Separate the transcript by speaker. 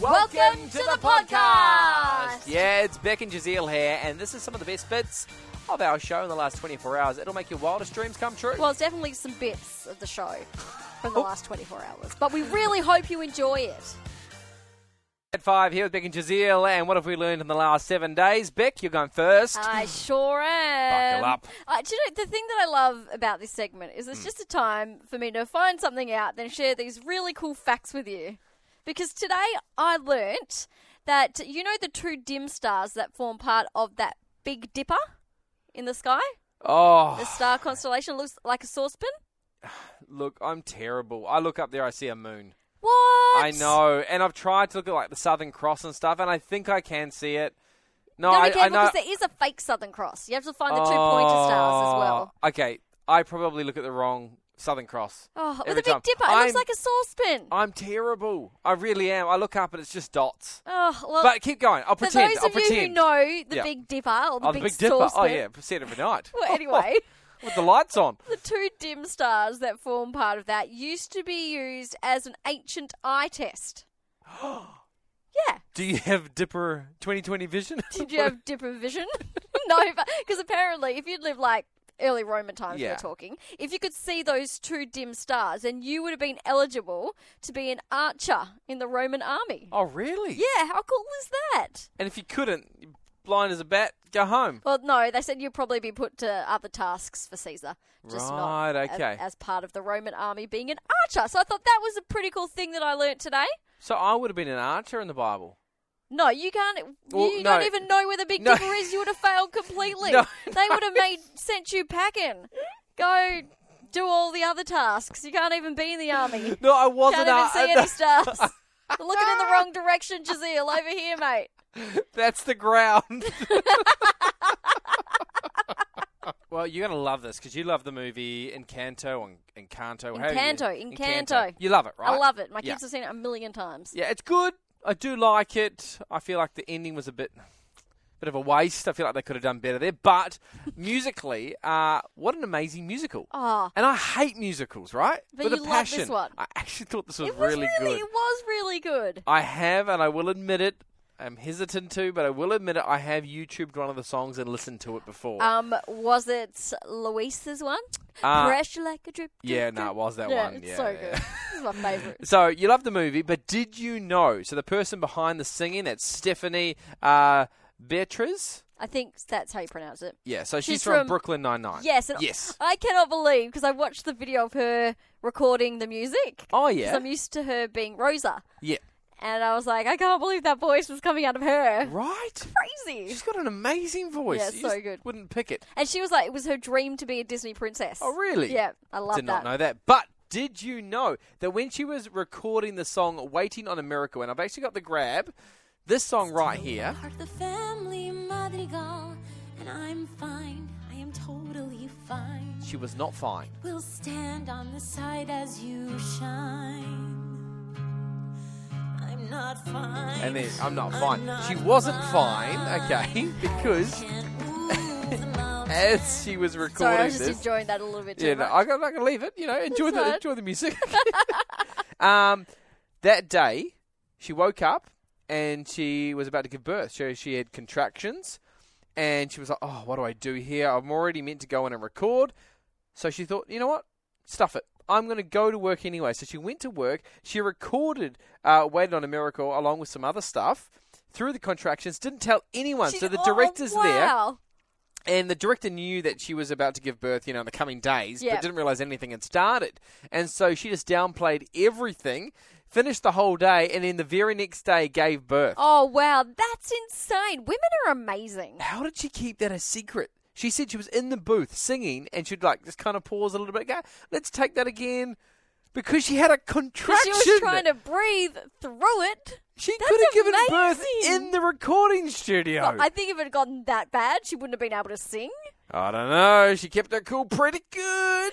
Speaker 1: Welcome to the podcast.
Speaker 2: Yeah, it's Beck and Jazeel here, and this is some of the best bits of our show in the last 24 hours. It'll make your wildest dreams come true.
Speaker 1: Well, it's definitely some bits of the show from the
Speaker 2: Oh.
Speaker 1: last 24 hours, but we really hope you enjoy it.
Speaker 2: At five here with Beck and Jazeel, and what have we learned in the last seven days? Beck, you're going first.
Speaker 1: I sure am.
Speaker 2: Buckle up. Hmm.
Speaker 1: Uh, do you know, the thing that I love about this segment is it's just a time for me to find something out, then share these really cool facts with you. Because today I learnt that, you know, the two dim stars that form part of that Big Dipper in the sky? The
Speaker 2: oh,
Speaker 1: star constellation looks like a saucepan?
Speaker 2: look, I'm terrible. I look up there, I see a moon.
Speaker 1: What?
Speaker 2: I know, and I've tried to look at like the Southern Cross and stuff, and I think I can see it. No,
Speaker 1: No,
Speaker 2: I,
Speaker 1: be
Speaker 2: I
Speaker 1: careful
Speaker 2: know.
Speaker 1: because there is a fake Southern Cross. You have to find the two pointer stars as well.
Speaker 2: Oh, Okay, I probably look at the wrong Southern Cross.
Speaker 1: Oh, with
Speaker 2: every
Speaker 1: a big
Speaker 2: time.
Speaker 1: dipper. It
Speaker 2: I'm-
Speaker 1: looks like a saucepan.
Speaker 2: I'm terrible. I really am. I look up and it's just dots.
Speaker 1: oh, well,
Speaker 2: But keep going. I'll
Speaker 1: for
Speaker 2: pretend.
Speaker 1: those of
Speaker 2: I'll
Speaker 1: you
Speaker 2: pretend.
Speaker 1: who know the
Speaker 2: Yeah.
Speaker 1: Big Dipper or the,
Speaker 2: oh,
Speaker 1: big,
Speaker 2: the Big Dipper. Oh
Speaker 1: saucepan-
Speaker 2: yeah, Oh. see it every night.
Speaker 1: Well, anyway,
Speaker 2: with the lights on.
Speaker 1: the two dim stars that form part of that used to be used as an ancient eye test. yeah.
Speaker 2: Do you have Dipper 2020 vision?
Speaker 1: Did you have dipper vision? no, because apparently, if you'd lived like early Roman times,
Speaker 2: Yeah.
Speaker 1: we're talking, if you could see those two dim stars, then you would have been eligible to be an archer in the Roman army.
Speaker 2: oh really?
Speaker 1: Yeah, how cool is that?
Speaker 2: And if you couldn't, you're blind as a bat, go home.
Speaker 1: Well, no, they said you'd probably be put to other tasks for Caesar, just not
Speaker 2: Right,
Speaker 1: as-
Speaker 2: okay.
Speaker 1: as, part of the Roman army being an archer. So I thought that was a pretty cool thing that I learnt today.
Speaker 2: So I would have been an archer in the Bible.
Speaker 1: No, you can't.
Speaker 2: Well,
Speaker 1: you
Speaker 2: no.
Speaker 1: don't even know where the big
Speaker 2: No.
Speaker 1: dipper is. You would have failed completely.
Speaker 2: No,
Speaker 1: they would have made sent you packing. Go do all the other tasks. You can't even be in the army.
Speaker 2: No, I wasn't.
Speaker 1: Can't even
Speaker 2: ar-
Speaker 1: see any stars. You're Looking in the wrong direction, Jazeel. Over here, mate.
Speaker 2: That's the ground. well, you're gonna love this because you love the movie Encanto and Encanto. how you-
Speaker 1: Encanto, Encanto.
Speaker 2: You love it, right?
Speaker 1: I love it. My
Speaker 2: Yeah.
Speaker 1: kids have seen it a million times.
Speaker 2: Yeah, it's good. I do like it. I feel like the ending was a bit, bit of a waste. I feel like they could have done better there. But musically, uh, what an amazing musical!
Speaker 1: Oh,
Speaker 2: And I hate musicals, right?
Speaker 1: But
Speaker 2: With
Speaker 1: you
Speaker 2: a
Speaker 1: love this
Speaker 2: passion.
Speaker 1: one.
Speaker 2: I actually thought this was,
Speaker 1: it was
Speaker 2: really, good.
Speaker 1: It was really good.
Speaker 2: I have, and I will admit it. I'm hesitant to, but I will admit it. I have YouTubed one of the songs and listened to it before.
Speaker 1: Um, was it Luis's one?
Speaker 2: Uh,
Speaker 1: Pressure like a drip. drip,
Speaker 2: yeah, no,
Speaker 1: drip.
Speaker 2: it was that
Speaker 1: yeah,
Speaker 2: one.
Speaker 1: It's
Speaker 2: yeah,
Speaker 1: so
Speaker 2: yeah.
Speaker 1: good. This is my favorite.
Speaker 2: So you love the movie, but did you know? So the person behind the singing, that's Stephanie uh, Beatriz.
Speaker 1: I think that's how you pronounce it.
Speaker 2: Yeah, so she's,
Speaker 1: She's
Speaker 2: from,
Speaker 1: from-
Speaker 2: Brooklyn Nine Nine.
Speaker 1: Yes. And
Speaker 2: Yes.
Speaker 1: I cannot believe because I watched the video of her recording the music.
Speaker 2: Oh
Speaker 1: 'Cause
Speaker 2: yeah.
Speaker 1: I'm used to her being Rosa,
Speaker 2: yeah.
Speaker 1: and I was like, I can't believe that voice was coming out of her.
Speaker 2: Right.
Speaker 1: Crazy.
Speaker 2: She's got an amazing voice.
Speaker 1: Yeah,
Speaker 2: You
Speaker 1: so
Speaker 2: just
Speaker 1: good.
Speaker 2: Wouldn't pick it.
Speaker 1: And she was like, it was her dream to be a Disney princess.
Speaker 2: Oh really?
Speaker 1: Yeah, I love
Speaker 2: Did not
Speaker 1: that.
Speaker 2: know that. But did you know that when she was recording the song "Waiting on a Miracle," and I've actually got the grab, this song right here.
Speaker 3: Part of the family madrigal, and I'm fine. I am totally fine.
Speaker 2: She was not fine.
Speaker 3: We'll stand on the side as you shine. I'm not fine.
Speaker 2: And then I'm not fine. she wasn't fine, okay, because as she was
Speaker 1: Sorry, I
Speaker 2: recording
Speaker 1: was just
Speaker 2: this,
Speaker 1: enjoying that a little bit too
Speaker 2: yeah, no,
Speaker 1: much.
Speaker 2: I'm not gonna leave it. You know, enjoy the
Speaker 1: alright.
Speaker 2: enjoy the music. um, that day, she woke up and she was about to give birth. So she had contractions, and she was like, "Oh, what do I do here? I'm already meant to go in and record." So she thought, you know what? Stuff it. I'm going to go to work anyway. So she went to work. She recorded uh, Waited on a Miracle along with some other stuff through the contractions. Didn't tell anyone.
Speaker 1: She-
Speaker 2: so the
Speaker 1: oh,
Speaker 2: director's there.
Speaker 1: wow.
Speaker 2: And the director knew that she was about to give birth, you know, in the coming days,
Speaker 1: Yeah.
Speaker 2: but didn't realize anything had started. And so she just downplayed everything, finished the whole day, and then the very next day gave birth.
Speaker 1: Oh wow, that's insane. Women are amazing.
Speaker 2: How did she keep that a secret? She said she was in the booth singing, and she'd like just kind of pause a little bit, go, let's take that again. Because she had a
Speaker 1: But
Speaker 2: contraction.
Speaker 1: She was trying to breathe through it.
Speaker 2: She
Speaker 1: That's
Speaker 2: could have given birth
Speaker 1: amazing.
Speaker 2: in the recording studio.
Speaker 1: I think if it had gotten that bad, she wouldn't have been able to sing.
Speaker 2: I don't know. She kept her cool pretty good.